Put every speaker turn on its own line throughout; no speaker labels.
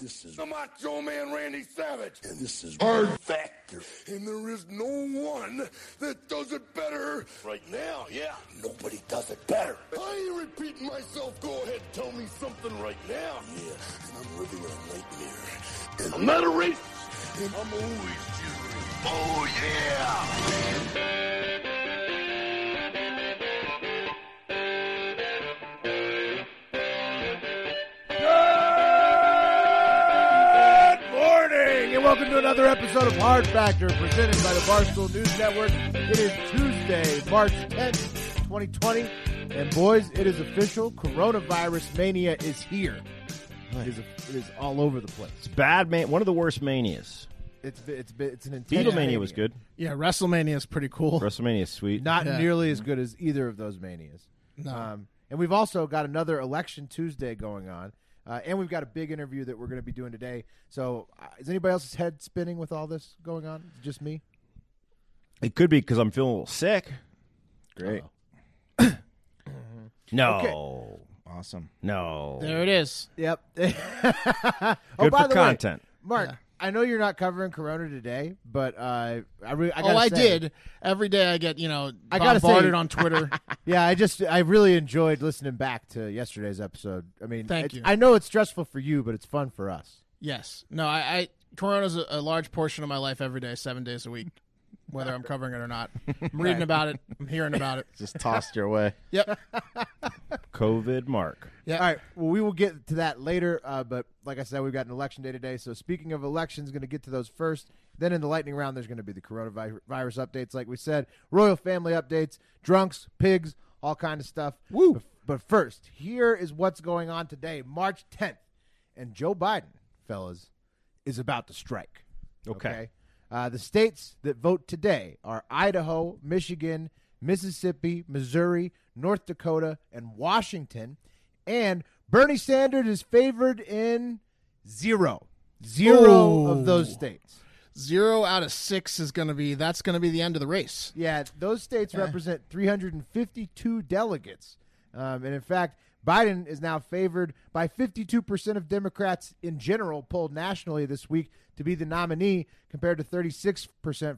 This is the Macho Man Randy Savage, and this is Hard Factor, and there is no one that does it better right now. Yeah, nobody does it better. I ain't repeating myself. Go ahead, tell me something right now. Yeah, and I'm living a nightmare. And I'm not a racist. And I'm always cheering. Oh yeah.
Good morning, and welcome to another episode of Hard Factor presented by the Barstool News Network. It is Tuesday, March 10th, 2020, and boys, it is official. Coronavirus mania is here. It is, it is all over the place.
bad man one of the worst manias
It's it's it's an intense.
beatlemania was good
Yeah, WrestleMania is pretty cool.
wrestlemania is sweet
Not
Yeah.
nearly as good as either of those manias.
No.
Um, and we've also got another election Tuesday going on. Uh, and we've got a big interview that we're going to be doing today. So, uh, is anybody else's head spinning with all this going on? Is it Just me?
it could be because i'm feeling a little sick great no
Awesome.
no
There it is.
Yep. Oh, Good Oh,
good for content
Mark, I know you're not covering Corona today, but uh, I re- I
oh,
gotta
I
say-
did. Every day I get you know
I gotta say-
bombarded on Twitter.
Yeah, I just I really enjoyed listening back to yesterday's episode. I mean,
Thank
it's-
you.
I know it's stressful for you, but it's fun for us.
yes. No. I, I Corona's a, a large portion of my life every day, seven days a week, whether I'm covering it or not. I'm reading about it. I'm hearing about it.
Just tossed your way.
Yep.
covid mark
All right. Well, we will get to that later. Uh, but like I said, we've got an election day today. So speaking of elections, going to get to those first. Then in the lightning round, there's going to be the coronavirus updates, like we said, royal family updates, drunks, pigs, all kind of stuff. Woo! But, but first, here is what's going on today, March 10th, and Joe Biden, fellas, is about to strike.
Okay.
Uh, the states that vote today are Idaho, Michigan, Mississippi, Missouri, North Dakota, and Washington. And Bernie Sanders is favored in zero. Zero
Ooh.
of those states.
Zero out of six is going to be. That's going to be the end of the race.
Yeah, those states represent 352 delegates. Um, and in fact, Biden is now favored by 52% of Democrats in general polled nationally this week to be the nominee compared to 36%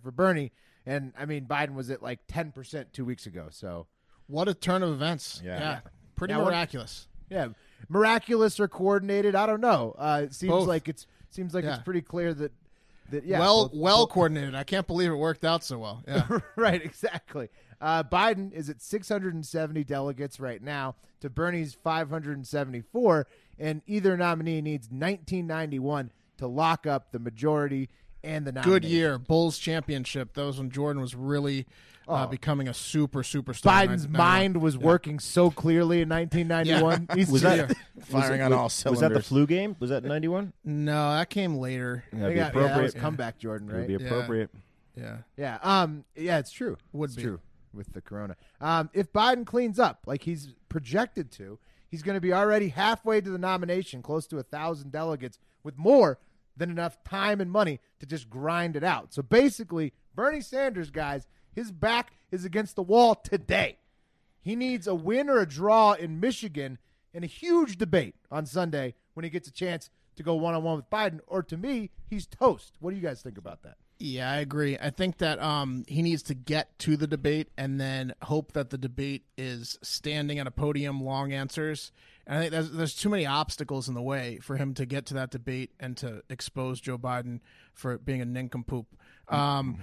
for Bernie. And I mean, Biden was at like 10% two weeks ago. So,
What a turn of events.
Yeah.
Pretty
Yeah, what-
miraculous.
yeah, miraculous or coordinated, I don't know. Uh, it seems
Both.
like it's seems like
Yeah.
it's pretty clear that that yeah.
well,
both-
well coordinated. I can't believe it worked out so well. Yeah.
right, exactly. Uh, Biden is at 670 delegates right now to Bernie's 574, and either nominee needs 1991 to lock up the majority and the nomination.
Good year, Bulls championship. That was when Jordan was really uh, becoming a super superstar.
Oh. Biden's
Nine- nine-
mind was working so clearly in 1991. He's
was
just-
that
Firing on all
was
cylinders.
that the flu game was that 91
No, that came later.
they
that'd be
got- yeah, that was
appropriate
comeback Jordan,
would
right?
be
Yeah.
appropriate
Yeah.
Yeah. Um. Yeah, it's true.
Would
it's
be.
true with the corona. Um. If Biden cleans up like he's projected to, he's going to be already halfway to the nomination, close to a thousand delegates, with more than enough time and money to just grind it out. So basically, Bernie Sanders, guys, his back is against the wall today. He needs a win or a draw in Michigan in a huge debate on Sunday when he gets a chance to go one on one with Biden. Or to me, he's toast. What do you guys think about that?
Yeah, I agree. I think that um, he needs to get to the debate and then hope that the debate is standing at a podium, long answers. And I think there's, there's too many obstacles in the way for him to get to that debate and to expose Joe Biden for being a nincompoop. Um,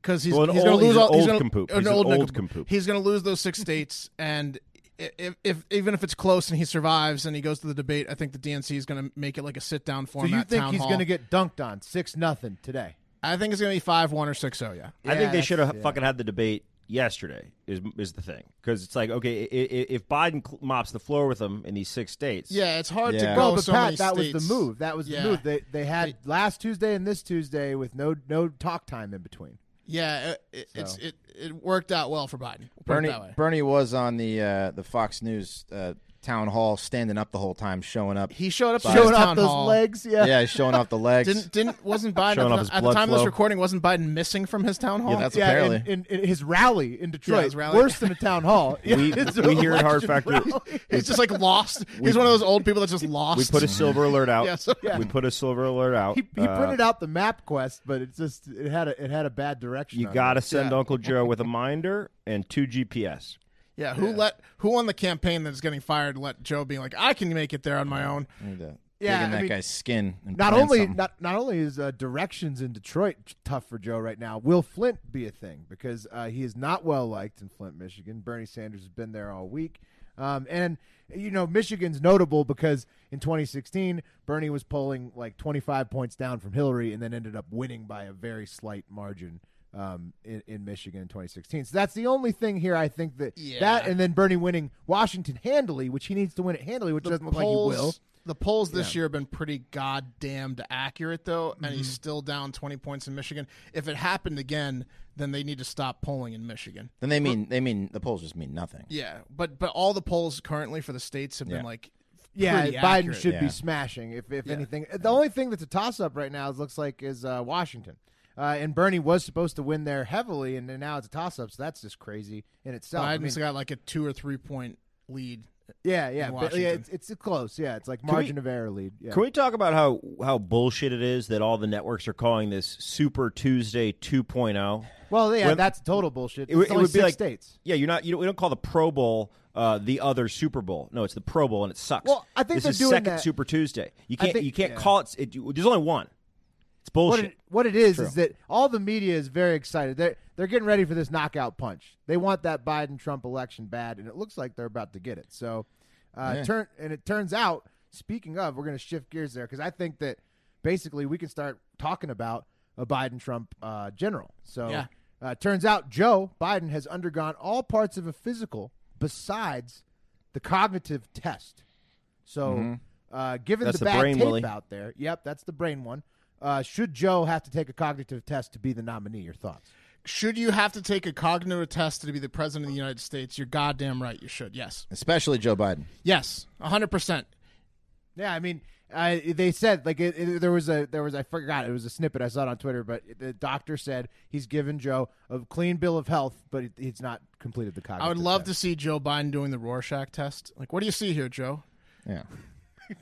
because he's,
Mm-hmm. Well, an
he's going
old-
to lose
he's an
all, he's
old
gonna,
compoop.
an
He's an
old
old
nincompoop.
compoop.
He's going to lose those six states, and i- if, if even if it's close and he survives and he goes to the debate, I think the DNC is going to make it like a sit down
So
format.
you think
town
he's
hall.
going to get dunked on six nothing today?
I think it's going to be five one or six zero. Yeah.
I think they
that's-
should have
yeah.
fucking had the debate yesterday. Is is the thing because it's like okay, i- i- if Biden cl- mops the floor with them in these six states,
Yeah, it's hard to
Yeah.
go.
Well, but
so many
Pat, that was
states.
the move. That was
Yeah.
the move. They they had last Tuesday and this Tuesday with no no talk time in between.
Yeah, it, it, it's it, it worked out well for Biden. We'll put it
Bernie
that way.
Bernie was on the uh, the Fox News uh, town hall, standing up the whole time, showing up.
He showed up to
Showing
his
off
town
those
hall.
legs. Yeah.
yeah, he's showing off the legs.
Didn't didn't wasn't Biden
Showing off
at
his
the, at the
blood
time of this
flow.
recording? Wasn't Biden missing from his town hall?
yeah, that's
Yeah,
apparently.
in, in, in his rally in Detroit,
his rally.
worse than a town hall. Yeah,
We-
his
we hear at Hard
election
Factory-
rally.
He's just like lost. He's one of those old people that's just lost.
We put a silver alert out.
Yeah, so-
We put a silver alert out.
He, he
Uh,
printed out the map quest, but it just it had a it had a bad direction.
you
on
got
it.
to send Uncle Joe with a minder and two GPS.
yeah, who let who on the campaign that's getting fired let Joe be like, I can make it there on my own.
I need to
Yeah,
dig in
I
that
mean,
guy's skin. And
Not
plan
only
something.
not not only is uh, directions in Detroit tough for Joe right now. Will Flint be a thing because uh, he is not well liked in Flint, Michigan. Bernie Sanders has been there all week, um, and you know Michigan's notable because in 2016 Bernie was polling like 25 points down from Hillary, and then ended up winning by a very slight margin. Um, in, in Michigan in 2016, so that's the only thing here. I think that that,
Yeah.
and then Bernie winning Washington handily, which he needs to win at handily, which doesn't look like he will.
The polls this year have been pretty goddamn accurate, though, and
Mm-hmm.
he's still down 20 points in Michigan. If it happened again, then they need to stop polling in Michigan.
Then they mean they mean the polls just mean nothing.
Yeah, but but all the polls currently for the states have
Yeah.
been like,
Yeah,
pretty
Biden
accurate.
should be
Yeah.
smashing if, if anything. The only thing that's a toss up right now is looks like is uh, Washington. Uh, and Bernie was supposed to win there heavily, and then now it's a toss up. So that's just crazy in itself. I
Biden's
mean,
got like a two or three point lead.
yeah, yeah,
in
but, yeah.
Washington.
It's, it's close. Yeah, it's like
we-
margin of error lead. Yeah.
Can we talk about how how bullshit it is that all the networks are calling this Super Tuesday 2.0?
well, yeah,
When-
that's total bullshit.
would-
It's only six
like
states.
Yeah, you're not. You don't, we don't call the Pro Bowl uh, the other Super Bowl. No, it's the Pro Bowl, and it sucks.
Well, I think
this
they're
is
doing
second
that-
Super Tuesday. You
I
can't.
think-
you can't
yeah.
call it, it. There's only one. It's
What
bullshit.
it, what it is is that all the media is very excited. They're they're getting ready for this knockout punch. They want that Biden Trump election bad, and it looks like they're about to get it. So, uh, turn and it turns out. Speaking of, we're going to shift gears there because I think that basically we can start talking about a Biden Trump uh, general. So,
Yeah.
uh, turns out Joe Biden has undergone all parts of a physical besides the cognitive test. So, uh, given
Mm-hmm. That's
the
the
bad
brain,
tape
Willie.
out there, yep, that's the brain one. Uh, should Joe have to take a cognitive test to be the nominee? Your thoughts?
Should you have to take a cognitive test to be the president of the United States? You're goddamn right. You should. Yes.
Especially Joe Biden.
Yes. 100%.
Yeah, I mean, I, they said like it, it- there was a there was I forgot it was a snippet I saw it on Twitter, but the doctor said he's given Joe a clean bill of health, but it- he's not completed the cognitive.
I would love
test.
to see Joe Biden doing the Rorschach test. Like, what do you see here, Joe?
Yeah.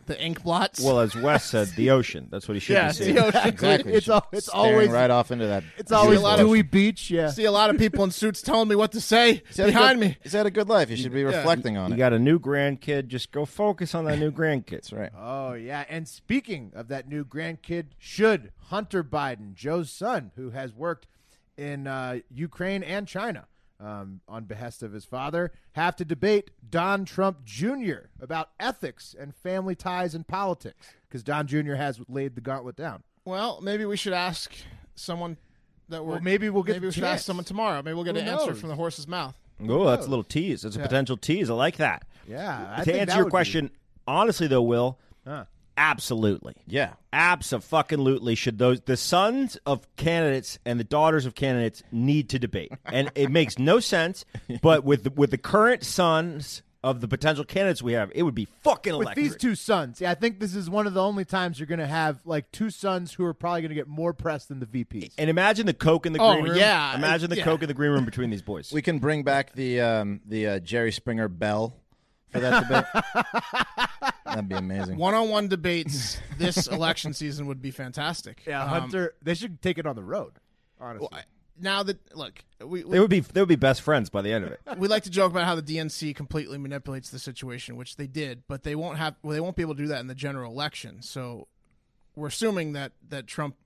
The ink blots?
well, as Wes said, the ocean. That's what he should
yeah,
be
see,
saying.
Exactly.
It's al- it's
Staring
always-
right off into that.
It's always
See a lot of-
Dewey Beach, yeah.
see a lot of people in suits telling me what to say
He's had a
behind
good-
me.
He's had a good life. You should be reflecting on
You
it.
got a new grandkid. Just go focus on that new grandkid.
That's right.
Oh yeah, and speaking of that new grandkid, should Hunter Biden, Joe's son, who has worked in uh, Ukraine and China um, on behest of his father, have to debate Don Trump Jr. about ethics and family ties and politics? Because Don Jr. has laid the gauntlet down.
Well, maybe we should ask someone that we're.
Well, maybe we'll get
maybe
the
we should
chance.
ask someone tomorrow. Maybe we'll get
Who
an answer
knows?
from the horse's mouth.
Oh, that's a little tease. That's a potential tease. I like that.
Yeah, I
to
think that
answer your
would be-
question, honestly though, Will, absolutely.
Yeah.
Absolutely should those the sons of candidates and the daughters of candidates need to debate. And it makes no sense, but with the, with the current sons of the potential candidates we have, it would be fucking
With
electric.
these two sons, yeah, I think this is one of the only times you're going to have like two sons who are probably going to get more press than the VPs.
and imagine the coke in the
Oh,
green room.
yeah.
Imagine the
Yeah.
coke in the green room between these boys.
We can bring back the um, the uh, Jerry Springer bell for that debate. That'd be amazing.
One on one debates this election season would be fantastic.
Yeah,
Um,
Hunter, they should take it on the road. Honestly,
now that, look, we, we
they would be they would be best friends by the end of it.
we like to joke about how the DNC completely manipulates the situation, which they did, but they won't have well, they won't be able to do that in the general election. So we're assuming that that Trump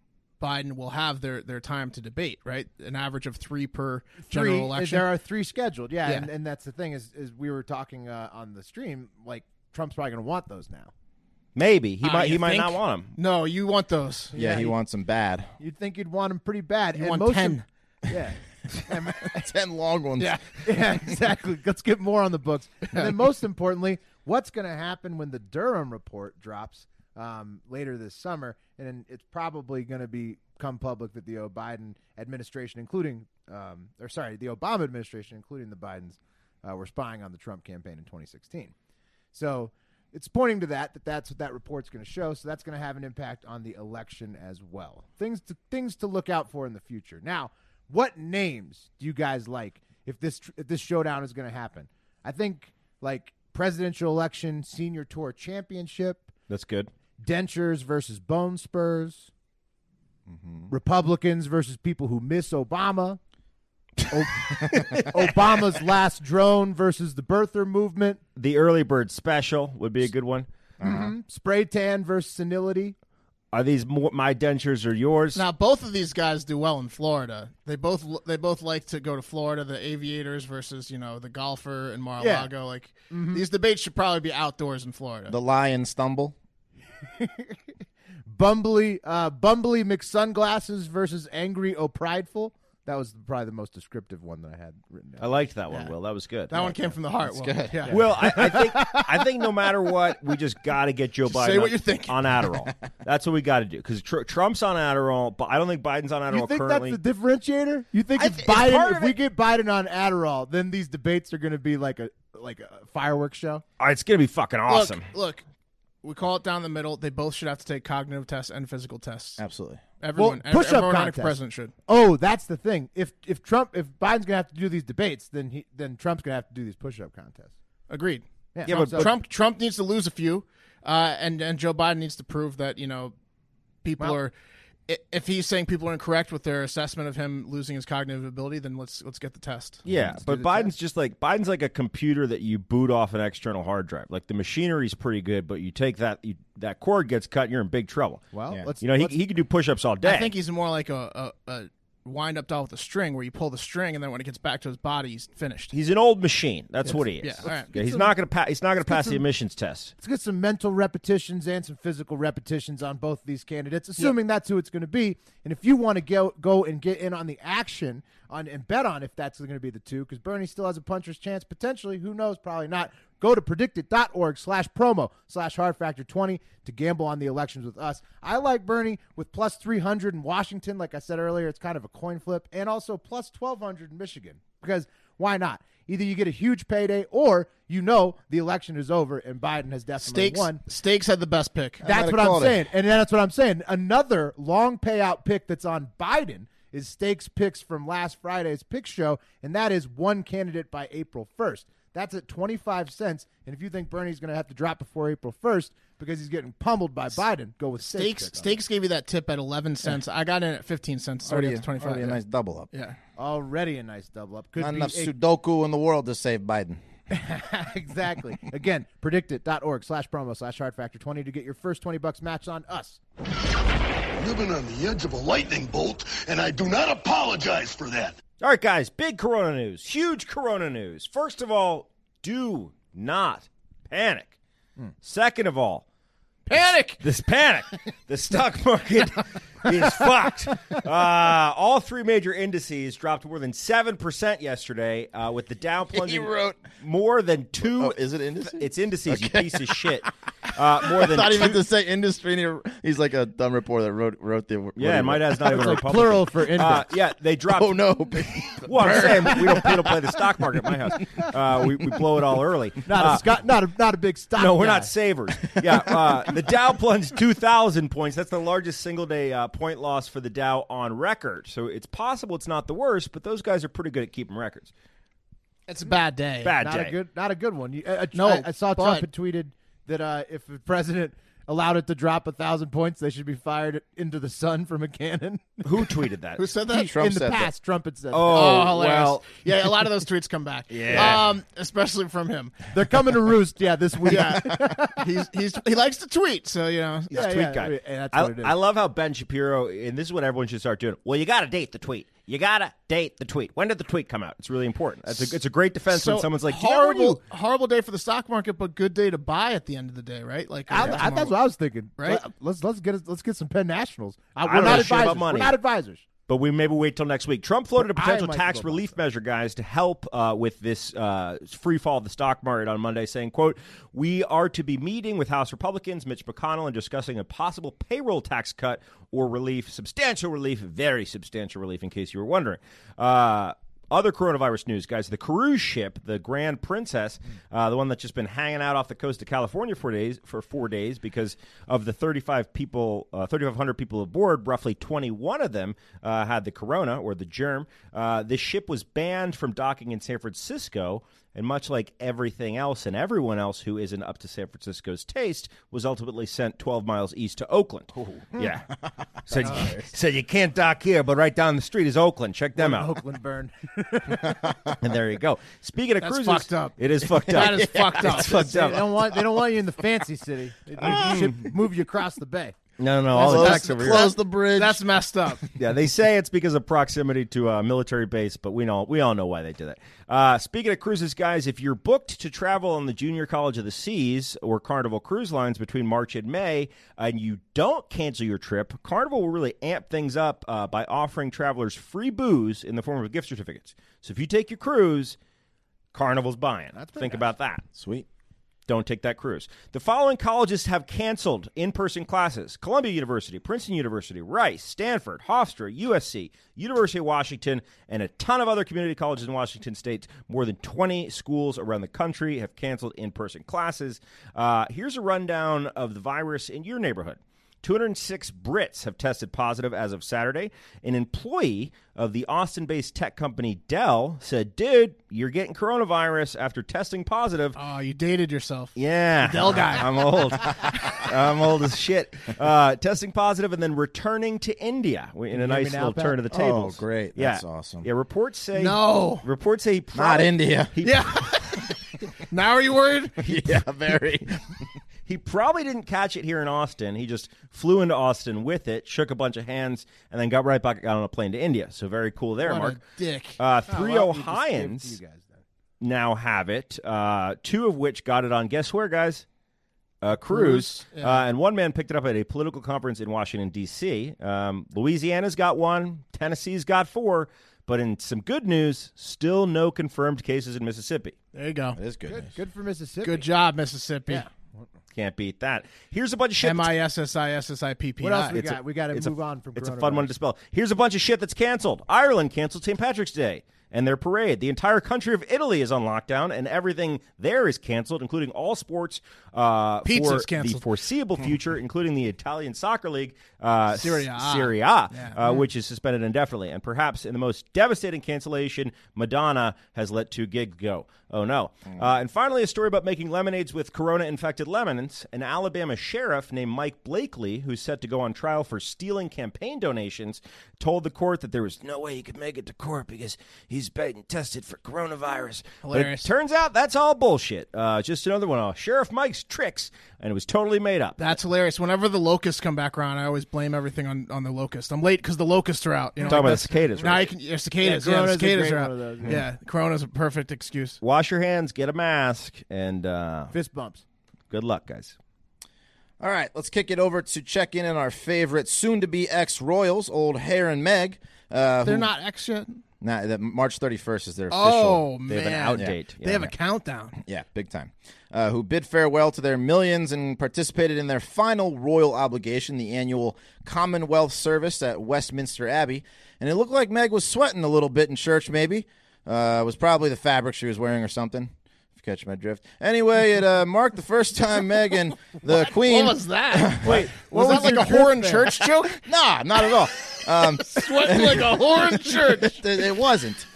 Biden will have their their time to debate, right? An average of three per general
three-
election.
There are three scheduled. Yeah,
Yeah.
And, and that's the thing is, is we were talking uh, on the stream. Like Trump's probably going to want those now.
Maybe he
Ah,
might he
you
might
think?
not want them.
no, you want those.
yeah, he, wants them bad.
You'd think you'd want them pretty bad. You and
want
most of-
10.
yeah. And-
Ten long ones.
Yeah.
yeah, exactly. Let's get more on the books. And then, most importantly, what's going to happen when the Durham report drops um, later this summer? And it's probably going to be come public that the Biden administration, including, um, or sorry, the Obama administration, including the Bidens, uh, were spying on the Trump campaign in 2016. So it's pointing to that that that's what that report's going to show. So that's going to have an impact on the election as well. Things to things to look out for in the future. Now, what names do you guys like if this tr- if this showdown is going to happen? I think like presidential election, senior tour championship,
That's good.
dentures versus bone spurs, Republicans versus people who miss Obama. O- Obama's last drone versus the birther movement.
The early bird special would be a good one.
Mm-hmm. Spray tan versus senility.
Are these more, my dentures or yours?
Now both of these guys do well in Florida. They both they both like to go to Florida. The aviators versus you know the golfer in Mar-a-Lago. Like these debates should probably be outdoors in Florida.
The lion stumble.
Bumbly, uh, Bumbly McSunglasses versus Angry O'Prideful. That was probably the most descriptive one that I had written down.
I liked that one, Will. That was good.
that one came from the heart. Will.
good.
Yeah.
Well, I, I think I think no matter what, we just got to get Joe Biden
say what
on-
you're thinking.
on Adderall. That's what we got to do because tr- Trump's on Adderall, but I don't think Biden's on Adderall
You think
currently.
that's the differentiator? You think
I
if
th- it's part
Biden,
of
if we
it.
get Biden on Adderall, then these debates are going to be like a like a fireworks show?
Oh, it's gonna be fucking awesome.
Look, look, we call it down the middle. They both should have to take cognitive tests and physical tests.
Absolutely.
Everyone, ev-
push-up
everyone
contest.
running for president should.
Oh, that's the thing. If if Trump, if Biden's going to have to do these debates, then he then Trump's going to have to do these push up contests.
Agreed.
Yeah,
but-
so-
Trump Trump needs to lose a few, uh, and and Joe Biden needs to prove that you know people are. i- If he's saying people are incorrect with their assessment of him losing his cognitive ability, then let's let's get the test.
Yeah, but
the
Biden's just like Biden's like a computer that you boot off an external hard drive. Like the machinery's pretty good, but you take that you, that cord gets cut, you're in big trouble.
well,
Yeah.
let's
you know he
let's-
he could do push-ups all day.
I think he's more like a, a, a wind up doll with a string, where you pull the string, and then when it gets back to his body, he's finished.
he's an old machine. That's what he is.
yeah, all right.
he's not gonna pass. He's not gonna pass
some-
the emissions test.
let's get some mental repetitions and some physical repetitions on both of these candidates, assuming that's who it's going to be. And if you want to go go and get in on the action on and bet on if that's going to be the two, because Bernie still has a puncher's chance potentially. Who knows? Probably not. Go to predictit.org slash promo slash hard factor 20 to gamble on the elections with us. I like Bernie with plus 300 in Washington. Like I said earlier, it's kind of a coin flip, and also plus 1200 in Michigan because why not? Either you get a huge payday or you know the election is over and Biden has definitely
Stakes
won.
Stakes had the best pick.
That's
might've
what I'm
called it.
saying. And that's what I'm saying. Another long payout pick that's on Biden is stakes picks from last Friday's pick show, and that is one candidate by April 1st. That's at 25 cents. And if you think Bernie's going to have to drop before April 1st because he's getting pummeled by Biden, go with stakes.
Stakes
pick on it.
Stakes gave you that tip at eleven cents. I got in at fifteen cents. It's already, up to twenty five.
already a nice double up.
yeah.
Already a nice double up. Could
Not
be
enough
a
Sudoku in the world to save Biden.
exactly. Again, predictit.org slash promo slash hard factor 20 to get your first 20 bucks match on us.
Living on the edge of a lightning bolt, and I do not apologize for that.
All right, guys, big corona news, huge corona news. First of all, do not panic. Second of all, panic. This panic. the stock market is fucked. Uh, all three major indices dropped more than 7% yesterday, uh, with the Dow plunging
wrote-
more than two.
Oh, is it indices?
It's indices, you piece of shit. Uh, more than
Not
two-
even to say industry. and he- He's like a dumb reporter that wrote wrote the. what
Yeah,
he
and my
wrote.
dad's not even a
Like
Republican.
plural for
Uh,
index.
yeah, they dropped.
Oh no!
Well, I'm saying we don't, we don't play the stock market at my house. Uh, we, we blow it all early.
not,
Uh,
a Scott, not, a, not a big stock.
no, we're
guy.
not savers. Yeah, uh, the Dow plunged 2,000 points. That's the largest single day uh, point loss for the Dow on record. So it's possible it's not the worst, but those guys are pretty good at keeping records.
It's a bad day.
Bad
Not
day.
a good, not a good one. You, uh, uh,
No,
I, I saw Trump
but-
had tweeted that uh, if the president allowed it to drop a thousand points, they should be fired into the sun from a cannon.
Who tweeted that?
Who said that?
Trump
In the
said that.
past, Trump had said,
Oh,
that.
Oh, hilarious.
well.
yeah, a lot of those tweets come back.
Yeah.
Um, especially from him.
they're coming to roost." Yeah, this week.
Yeah. he's he's he likes to tweet, so you know.
He's a
yeah,
tweet
yeah,
guy.
yeah, that's
I,
what it is.
I love how Ben Shapiro, and this is what everyone should start doing. Well, you got to date the tweet. You got to date the tweet. When did the tweet come out? It's really important. It's a, it's a great defense
So
when someone's like, "Do you remember when you
horrible, horrible day for the stock market, but good day to buy at the end of the day, right? Like
I,
uh,
I, that's what I was thinking.
Right?
Let, us let's get us- let's get some Penn Nationals. I,
I
we're
don't
not
know shit about
advisors.
money.
We're not advisors.
but we maybe wait till next week. Trump floated a
But I
potential
might
tax
vote
relief measure, guys, to help uh, with this uh, free fall of the stock market on Monday, saying, "quote We are to be meeting with House Republicans, Mitch McConnell, and discussing a possible payroll tax cut or relief, substantial relief, very substantial relief." In case you were wondering. Uh, other coronavirus news, guys. The cruise ship, the Grand Princess,
Mm.
uh, the one that's just been hanging out off the coast of California for days for four days because of the 35 people, uh, 3,500 people aboard, roughly 21 of them uh, had the corona or the germ. Uh, this ship was banned from docking in San Francisco, and much like everything else and everyone else who isn't up to San Francisco's taste, was ultimately sent 12 miles east to Oakland. Hmm. Yeah, said said you can't dock here, but right down the street is Oakland. Check them out.
Oakland burn.
And there you go. Speaking of
That's
cruises,
fucked up.
It is fucked up.
That is fucked up.
It's fucked
they
up.
don't want they don't want you in the fancy city. They they should move you across the bay.
No, no, all the
Close,
tax over here.
close the bridge.
That's messed up.
Yeah, they say it's because of proximity to a military base, but we know we all know why they do that. Uh, speaking of cruises, guys, if you're booked to travel on the Junior College of the Seas or Carnival Cruise Lines between March and May, and you don't cancel your trip, Carnival will really amp things up uh, by offering travelers free booze in the form of gift certificates. So if you take your cruise, Carnival's buying. Think about that.
Sweet.
Don't take that cruise. The following colleges have canceled in person classes Columbia University, Princeton University, Rice, Stanford, Hofstra, USC, University of Washington, and a ton of other community colleges in Washington state. More than 20 schools around the country have canceled in person classes. Uh, here's a rundown of the virus in your neighborhood. 206 Brits have tested positive as of Saturday. An employee of the Austin based tech company Dell said, Dude, you're getting coronavirus after testing positive.
Oh, you dated yourself.
Yeah.
Dell guy.
I'm old. I'm old as shit. Uh, testing positive and then returning to India We- in a nice
now,
little
Pat?
turn of the
Oh,
table.
great.
Yeah.
That's awesome.
Yeah, reports say
No.
Reports say he
Not
prob-
India.
He,
Now are you worried?
yeah, very.
he probably didn't catch it here in Austin. He just flew into Austin with it, shook a bunch of hands, and then got right back out on a plane to India. So very cool there,
What
Mark.
a dick.
Uh, three
Well, we just give
Ohioans
it to you guys then.
now have it. Uh, two of which got it on guess where, guys? A cruise,
Cruise, yeah.
uh, and one man picked it up at a political conference in Washington D.C. Um, Louisiana's got one, Tennessee's got four, but in some good news, still no confirmed cases in Mississippi.
There you go.
That is good. news.
Good for Mississippi.
Good job, Mississippi.
Can't beat that. Here's a bunch of shit.
M I S S I S S I P P.
What else we
It's a-
got? we got
it's
to
a-
move on from.
It's a fun one to spell. Here's a bunch of shit that's canceled. Ireland canceled St. Patrick's Day and their parade. The entire country of Italy is on lockdown, and everything there is canceled, including all sports uh,
Pizza's
for the
canceled.
foreseeable future, including the Italian Soccer League, uh,
Serie A.
Serie A, uh, which is suspended indefinitely. And perhaps in the most devastating cancellation, Madonna has let two gigs go. Oh no!
Hmm.
Uh, and finally, a story about making lemonades with corona-infected lemons. An Alabama sheriff named Mike Blakely, who's set to go on trial for stealing campaign donations, told the court that there was no way he could make it to court because he's been tested for coronavirus. But it
Hilarious.
turns out that's all bullshit. Uh, just another one of Sheriff Mike's tricks, and it was totally made up.
That's hilarious. Whenever the locusts come back around, I always blame everything on, on the locust. I'm late because the locusts are out. You know,
Talking about the
like that's-
cicadas,
Now
right?
you can yeah, cicadas.
Yeah,
Yeah, the
Corona's a
cicadas
great
are
one
out.
of those, yeah.
yeah. Corona's a perfect excuse.
Wash your hands, get a mask, and uh,
fist bumps.
good luck, guys.
All right, let's kick it over to check in on our favorite soon-to-be ex-Royals, old Hare and Meg. Uh,
They're
who-
not ex yet.
Nah, that March 31st is their official.
Oh man,
They have an out date.
They have a countdown.
Yeah, big time. Uh, who bid farewell to their millions and participated in their final royal obligation, the annual Commonwealth service at Westminster Abbey. And it looked like Meg was sweating a little bit in church, maybe. Uh, it was probably the fabric she was wearing or something, if you catch my drift. Anyway, it uh, marked the first time Meg and the Queen.
What was that?
Wait, was,
was
that
your
like a whore
drift
in
there?
church joke? nah, not at all. Um,
Sweating like a whore in church.
it, it wasn't.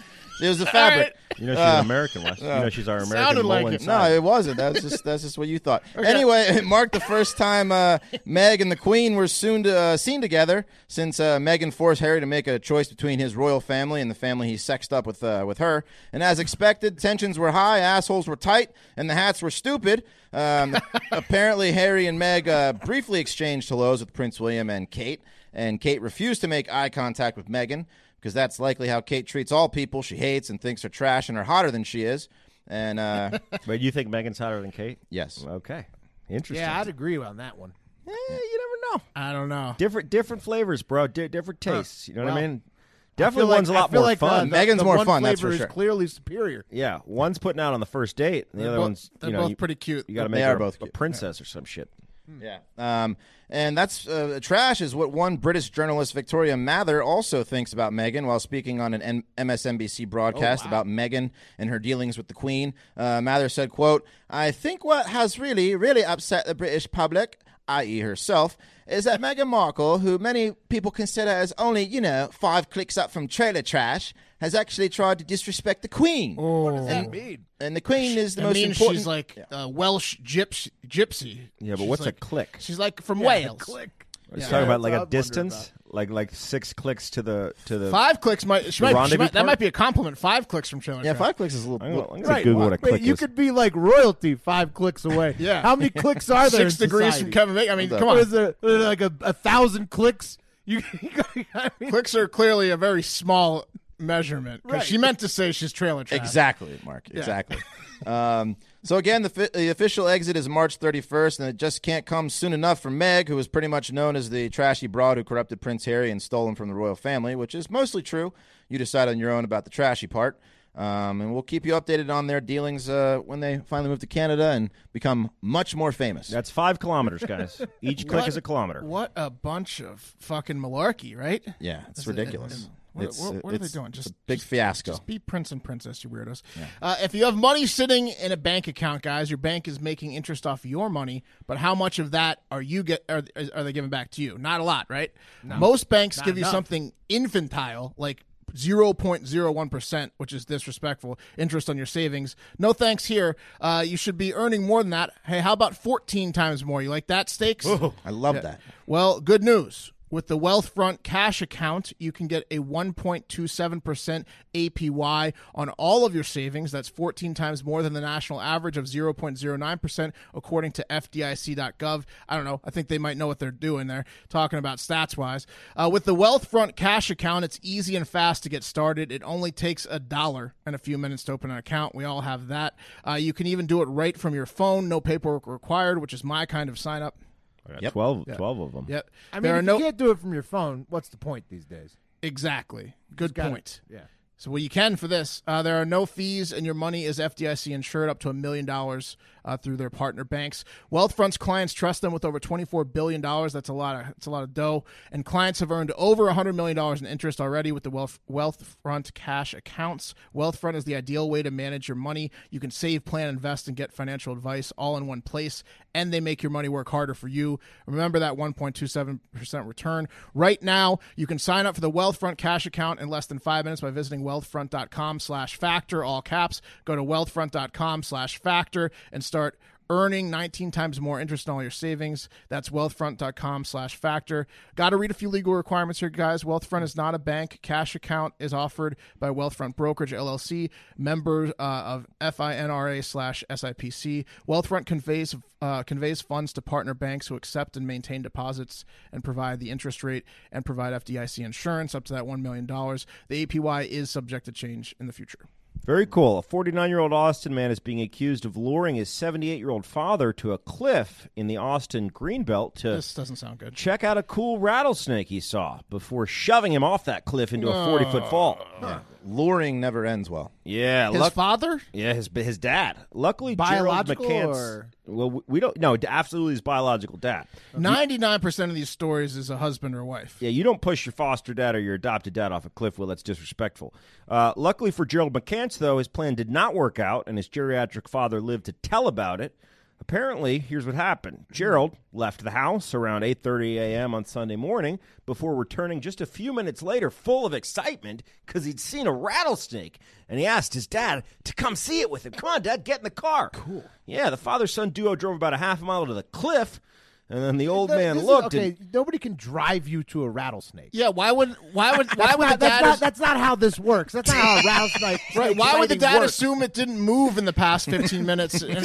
It was the fabric.
You know she's an American, Wes. you know she's our American
sounded like
mole
it.
inside.
No, it wasn't. That's just that's just what you thought. Anyway, it marked the first time uh, Meg and the Queen were soon to, uh, seen together since uh, Meghan forced Harry to make a choice between his royal family and the family he sexed up with uh, with her. And as expected, tensions were high, assholes were tight, and the hats were stupid. Um, apparently, Harry and Meg uh, briefly exchanged hellos with Prince William and Kate, and Kate refused to make eye contact with Meghan. Because that's likely how Kate treats all people she hates and thinks are trash and are hotter than she is. And uh,
But you think Megan's hotter than Kate?
Yes.
Okay. Interesting.
Yeah, I'd agree on that one.
Eh, you never know.
I don't know.
Different different flavors, bro. Di different tastes. You know what I
Well,
mean? Definitely one's a lot more
uh,
fun.
the-
uh,
Megan's
the
more
one
fun, that's
flavor
for
is
sure.
clearly superior.
yeah, one's putting out on the first date, and the other
both-
one's you
they're
know
both
you,
pretty cute.
You got to
They
make
are
her a-
both
a
cute.
princess or some shit.
Yeah. Um, and that's uh, trash is what one British journalist, Victoria Mather, also thinks about Meghan while speaking on an N- MSNBC
Oh,
broadcast about Meghan and her dealings with the Queen. Uh, Mather said, quote, I think what has really, really upset the British public, i.e. herself, is that Meghan Markle, who many people consider as only, you know, five clicks up from trailer trash, has actually tried to disrespect the Queen.
Oh.
What does that mean?
And the Queen is the
It
most
Oh. means
important.
she's like a Welsh gypsy. gypsy.
Yeah, but
She's
what's
like-
a click?
She's like from Wales.
Click.
It's talking about like
that's
a
what I'm wondering
distance, like like six clicks to the to the.
Five clicks might, she
The
might, she
rendezvous
might that
part?
might be a compliment. Five clicks from Trailer
yeah,
Trash.
five clicks is a little.
I'm gonna, I'm gonna
Right.
Google what a
Wait,
click
you
is.
could be like royalty five clicks away.
Yeah.
How many clicks are there?
Six
in
degrees
society?
from Kevin Bacon. I mean, come
What
on.
is there, What is there, like a, a thousand clicks? You, I mean,
Clicks are clearly a very small measurement. 'cause She meant to say she's Trailer Trash.
Exactly, Mark. Exactly. um, so again, the, fi- the official exit is March 31st, and it just can't come soon enough for Meg, who was pretty much known as the trashy broad who corrupted Prince Harry and stole him from the royal family, which is mostly true. You decide on your own about the trashy part, um, and we'll keep you updated on their dealings uh, when they finally move to Canada and become much more famous.
That's five kilometers, guys. Each click is a kilometer.
What a bunch of fucking malarkey, right?
yeah, it's
Is it-
ridiculous.
and What,
It's-
what- what are they
it's
doing?
a
Just
big
just-
fiasco.
Just be prince and princess, you weirdos. Uh, if you have money sitting in a bank account, guys, your bank is making interest off your money, but how much of that are you get are, are they giving back to you? Not a lot, right? Most banks give you something infantile, like 0.01%, which is disrespectful, interest on your savings. No thanks here. Uh, you should be earning more than that. Hey, how about 14 times more? You like that, stakes?
I love that.
Well, good news. With the Wealthfront cash account, you can get a 1.27% APY on all of your savings. That's 14 times more than the national average of 0.09%, according to FDIC.gov. I don't know. I think they might know what they're doing there, talking about stats wise. Uh, with the Wealthfront cash account, it's easy and fast to get started. It only takes a dollar and a few minutes to open an account. We all have that. Uh, you can even do it right from your phone, no paperwork required, which is my kind of sign up.
I got 12, 12 of them.
Yep.
I mean,
there are
if
no
you can't do it from your phone. What's the point these days?
exactly. Good
gotta-
point.
yeah.
So well, you can for this. Uh, there are no fees, and your money is FDIC insured up to a million dollars uh, through their partner banks. Wealthfront's clients trust them with over twenty-four billion dollars. That's a lot of it's a lot of dough, and clients have earned over hundred million dollars in interest already with the Wealth Wealthfront cash accounts. Wealthfront is the ideal way to manage your money. You can save, plan, invest, and get financial advice all in one place, and they make your money work harder for you. Remember that 1.27% return. Right now, you can sign up for the Wealthfront cash account in less than five minutes by visiting wealthfront.com slash factor, all caps. Go to wealthfront.com slash factor and start earning 19 times more interest on all your savings. That's wealthfront.com slash factor. Got to read a few legal requirements here, guys. Wealthfront is not a bank. Cash account is offered by Wealthfront Brokerage LLC, member uh, of FINRA slash SIPC. Wealthfront conveys, uh, conveys funds to partner banks who accept and maintain deposits and provide the interest rate and provide FDIC insurance up to that $1 million. The APY is subject to change in the future.
Very cool. A 49 year old Austin man is being accused of luring his 78 year old father to a cliff in the Austin Greenbelt to
This doesn't sound good.
check out a cool rattlesnake he saw before shoving him off that cliff into a 40 foot fall.
Luring never ends well.
Yeah,
His
luck-
father?
yeah, his his dad. Luckily,
Biological
Gerald McCants.
or-
Well, we- we don't. No, absolutely, his biological dad.
99% of these stories is a husband or wife.
Uh, Yeah, you don't push your foster dad or your adopted dad off a cliff. Well, that's disrespectful. Uh, luckily for Gerald McCants, though, his plan did not work out, and his geriatric father lived to tell about it. Apparently, here's what happened:
Mm-hmm.
Gerald left the house around 8:30 a.m. on Sunday morning before returning just a few minutes later, full of excitement because he'd seen a rattlesnake, and he asked his dad to come see it with him. Come on, Dad, get in the car. Cool. Yeah, the father-son duo drove about a half mile to the cliff, and then the old man
This is-
looked.
okay,
and,
nobody can drive you to a rattlesnake.
Yeah, why would why would why
That's
would the
not, that's,
dad
not,
as-
that's not how this works. That's not how a rattlesnake.
right? Why would the
fighting
dad
works.
assume it didn't move in the past fifteen minutes? And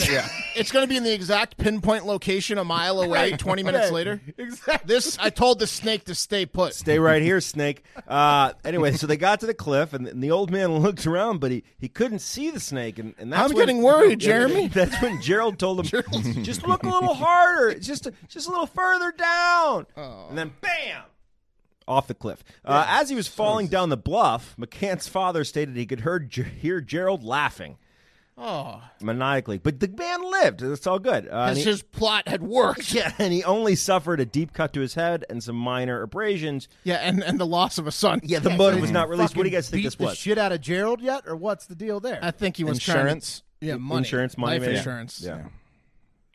It's going to be in the exact pinpoint location a mile away. Twenty minutes later, exactly. This I told the snake to stay put.
Stay right here, snake. Uh, anyway, so they got to the cliff, and, and the old man looked around, but he, he couldn't see the snake. And, and that's
I'm
when-
getting worried, Jeremy.
that's when Gerald told him, "Just
Oh.
look a little harder, just a, just a little further down." And then, bam! off the cliff. Uh, as he was falling down the bluff, McCann's father stated he could hear, hear Gerald laughing.
Oh.
Maniacally, but the man lived. It's all good. Uh, and
As
he-
his plot had worked.
yeah, and he only suffered a deep cut to his head and some minor abrasions.
Yeah, and, and the loss of a son.
Yeah, the motive was not released. What do you guys think
Beat
this
the
was?
shit out of Gerald yet, or what's the deal there?
I think he was trying to-
Insurance.
yeah, money.
Insurance, money,
Life
maybe.
insurance.
Yeah.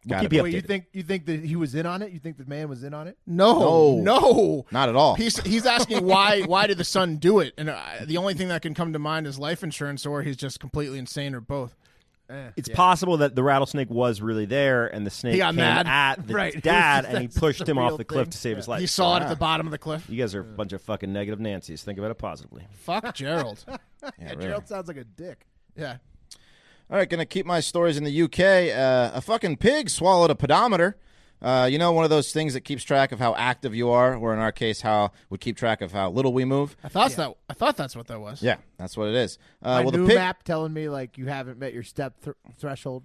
Got
keep
it.
you
Wait, you
updated.
think you think that he was in on it? You think the man was in on it?
No,
No.
no,
Not at all.
He's he's asking why why did the son do it? And uh, the only thing that can come to mind is life insurance, or he's just completely insane, or both.
It's possible that the rattlesnake was really there, and the snake
He got
came
mad.
at the
Right.
dad, and he
That's
pushed
the
him off
real
the cliff
thing.
to save his life.
He saw it at the bottom of the cliff.
You guys are a bunch of fucking negative Nancys. Think about it positively.
Fuck Gerald.
Yeah,
Yeah,
really.
Gerald sounds like a dick.
Yeah.
All right, gonna keep my stories in the UK. Uh, a fucking pig swallowed a pedometer. Uh, you know, one of those things that keeps track of how active you are, or in our case, how would keep track of how little we move.
I thought that I thought that's what that was.
Yeah, that's what it is.
My
Uh, well,
new
the pig.
map telling me like you haven't met your step thr threshold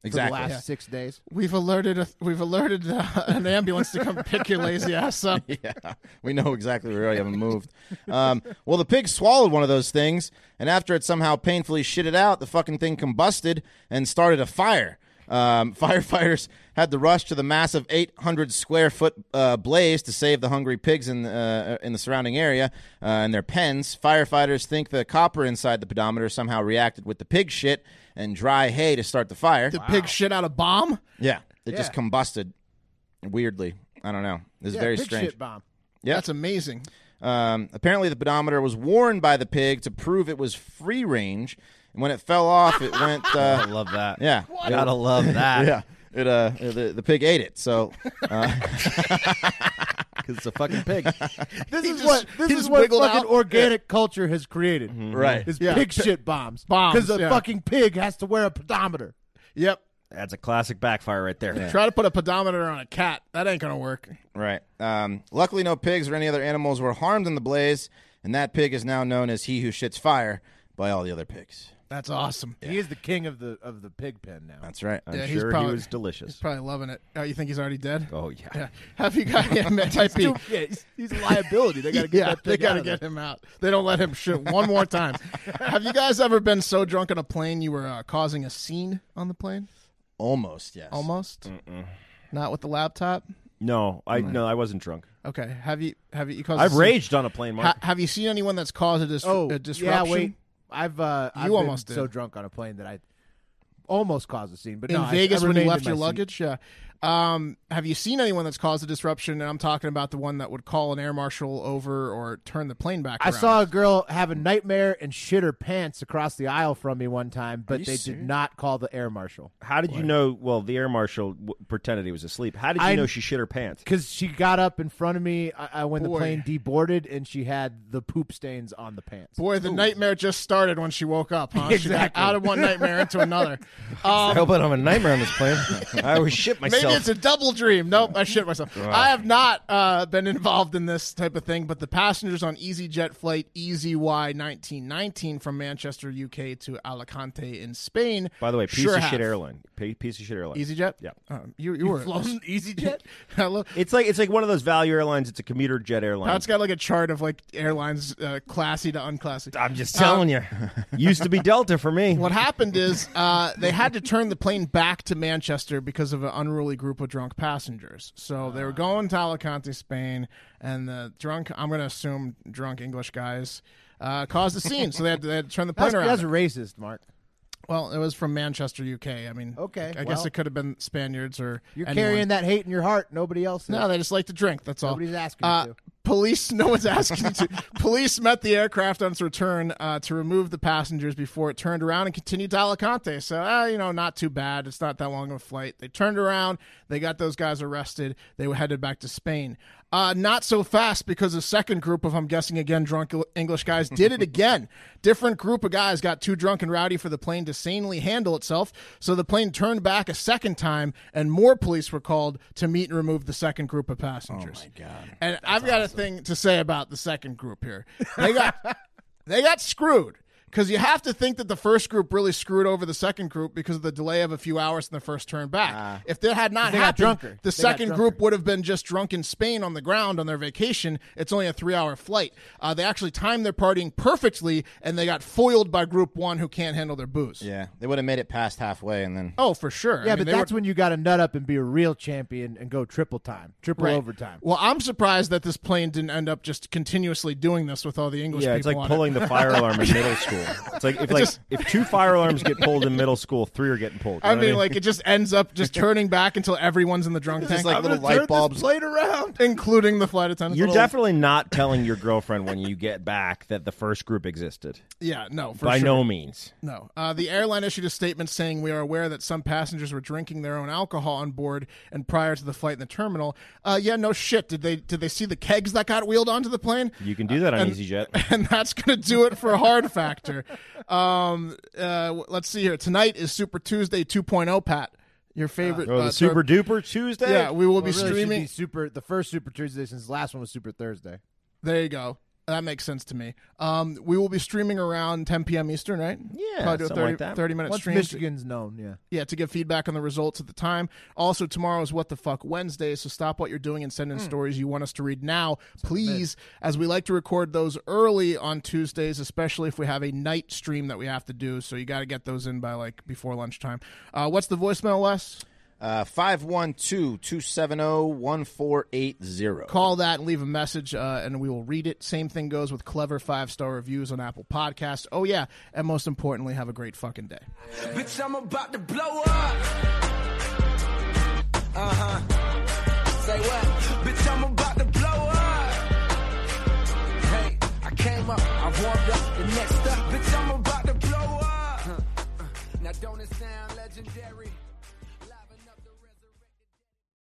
for
exactly.
the last
Yeah.
six days.
We've alerted a, we've alerted uh, an ambulance to come pick your lazy ass up.
yeah, we know exactly where we haven't moved. Um, well, the pig swallowed one of those things, and after it somehow painfully shitted out, the fucking thing combusted and started a fire. Um, firefighters had to rush to the massive 800 square foot uh, blaze to save the hungry pigs in uh, in the surrounding area uh, and their pens. Firefighters think the copper inside the pedometer somehow reacted with the pig shit and dry hay to start the fire.
The pig shit out a bomb.
yeah, it just
Yeah.
combusted weirdly. I don't know. It's
Yeah,
very
big
strange.
shit bomb.
Yeah.
That's amazing.
Um, apparently, the pedometer was worn by the pig to prove it was free range, and when it fell off, it went.
I
Uh,
love that.
yeah,
Gotta love that.
yeah. It uh, the, the pig ate it. So
Because it's a fucking pig.
This is
just-
what this
he
is
just
what
wiggled
fucking
out. Mm-hmm.
organic culture has created.
Right.
Is
Yeah.
pig shit bombs.
Bombs,
Because a
yeah.
fucking pig has to wear a pedometer.
Yep.
That's a classic backfire right there.
Try to put a pedometer on a cat. That ain't gonna work.
right. Um, luckily, no pigs or any other animals were harmed in the blaze, and that pig is now known as he who shits fire by all the other pigs.
That's awesome.
He is the king of the of the pig pen now.
That's right.
I'm
Yeah, he's
sure he
probably-
was delicious.
He's probably loving it. Oh, you think he's already dead?
oh, yeah.
Yeah. Have you got him? That might be.
Dude, yeah, he's, he's a liability. They gotta get
yeah,
that
they
pig
gotta
out of
get
there.
him out. They don't let him shit one more time. Have you guys ever been so drunk on a plane you were uh, causing a scene on the plane?
Almost. Yes.
Almost. Not with the laptop.
No, I no, I wasn't drunk.
Okay. Have you? Have you? you caused a
I've
scene?
raged on a plane, Mark.
Ha- have you seen anyone that's caused a, dis-
Oh,
a
yeah.
disruption?
Wait, I've uh,
You
I've
almost
been
did.
so drunk on a plane that I almost caused a scene. But
in
no, I- I
Vegas when you
remained in
left
my
your
seat.
luggage. Yeah. Um, have you seen anyone that's caused a disruption? And I'm talking about the one that would call an air marshal over or turn the plane back.
I
around.
saw a girl have a nightmare and shit her pants across the aisle from me one time, but
you
they
serious?
did not call the air marshal
How did you know? Well, the air marshal w- pretended he was asleep. How did you
I-
know she shit her pants?
because she got up in front of me I, I, when the
Boy.
plane deboarded and she had the poop stains on the pants.
Boy, the nightmare just started when she woke up. Huh? She got
Exactly.
out of one nightmare into another. Um,
hope I don't have a nightmare on this plane. I always shit myself.
Maybe it's a double dream. Nope, I shit myself. I have not uh, been involved in this type of thing, but the passengers on EasyJet flight E EZY 1919 from Manchester, UK to Alicante in Spain.
By the way, piece
sure
of
have.
shit airline. P- Piece of shit airline.
EasyJet?
Yeah.
Um, you, you were.
Flown EasyJet.
I love-
It's like it's like one of those value airlines. It's a commuter jet airline.
Now it's got like a chart of like airlines uh, classy to unclassy.
I'm just telling you. Used to be Delta for me.
What happened is uh, they had to turn the plane back to Manchester because of an unruly group of drunk passengers. So they were going to Alicante, Spain, and the drunk, I'm going to assume drunk English guys, uh, caused a scene. so they had, to, they had to turn the plane
That's,
around.
that's racist, Mark.
well, it was from Manchester, UK. I mean,
Okay,
I guess
well.
it could have been Spaniards or.
You're
anyone.
carrying that hate in your heart. Nobody else. Is.
No, they just like to drink. That's all.
Nobody's asking you
Uh,
to.
Police, no one's asking you to. Police met the aircraft on its return uh, to remove the passengers before it turned around and continued to Alicante. So, uh, you know, not too bad. It's not that long of a flight. They turned around. They got those guys arrested. They were headed back to Spain. Uh, not so fast because the second group of, I'm guessing again, drunk English guys did it again. Different group of guys got too drunk and rowdy for the plane to sanely handle itself. So the plane turned back a second time, and more police were called to meet and remove the second group of passengers. Oh, my God. And I've got a thing to say about the second group here. They got, they got screwed because you have to think that the first group really screwed over the second group because of the delay of a few hours in the first turn back. if that had not
Ah. They got
happened,
drunker. They
the
got
second
drunker.
group would have been just drunk in Spain on the ground on their vacation. It's only a three-hour flight. Uh, they actually timed their partying perfectly, and they got foiled by Group One, who can't handle their booze.
Yeah, they would have made it past halfway, and then
Oh, for sure.
Yeah,
I mean,
but
they
that's
were-
when you got to nut up and be a real champion and go triple time, triple
Right.
overtime.
Well, I'm surprised that this plane didn't end up just continuously doing this with all the English
Yeah,
people
it's like
on
pulling
it.
the fire alarm in middle school. It's like if like if two fire alarms get pulled in middle school, three are getting pulled. You
I
know what
mean, like it just ends up just turning back until everyone's in the drunk tank,
just like little light bulbs.
played around, including the flight attendant.
you're
Little-
definitely not telling your girlfriend when you get back that the first group existed.
yeah, no, for
By
sure.
no means.
No. Uh, the airline issued a statement saying we are aware that some passengers were drinking their own alcohol on board and prior to the flight in the terminal. Uh, yeah, no shit. Did they did they see the kegs that got wheeled onto the plane?
You can do that on
and-
EasyJet.
and that's going to do it for Hard Factor. Um, uh, w- let's see here. Tonight is Super Tuesday 2.0, Pat. Your favorite.
Oh,
uh,
the Super
third-
Duper Tuesday.
Yeah, we will
Well,
be
it Oh, really should
streaming.
be super the first Super Tuesday since the last one was Super Thursday.
There you go. That makes sense to me. Um, we will be streaming around 10 p.m. Eastern, right?
Yeah,
Probably do a
something
30,
like that.
30 minute
Once
stream.
Michigan's known, yeah.
Yeah, to give feedback on the results at the time. Also, tomorrow is What the Fuck Wednesday, so stop what you're doing and send in stories you want us to read now, please, as we like to record those early on Tuesdays, especially if we have a night stream that we have to do. So you got to get those in by like before lunchtime. Uh, what's the voicemail, Wes?
uh, 512 270 1480.
Call that and leave a message, uh, and we will read it. Same thing goes with clever five star reviews on Apple Podcasts. Oh, yeah, and most importantly, have a great fucking day.
Bitch, I'm about to blow up. Uh huh. Uh-huh. Say what? Bitch, I'm about to blow up. Hey, I came up, I warmed up. The Uh, next up, bitch, I'm about to blow up. Now, don't it sound legendary?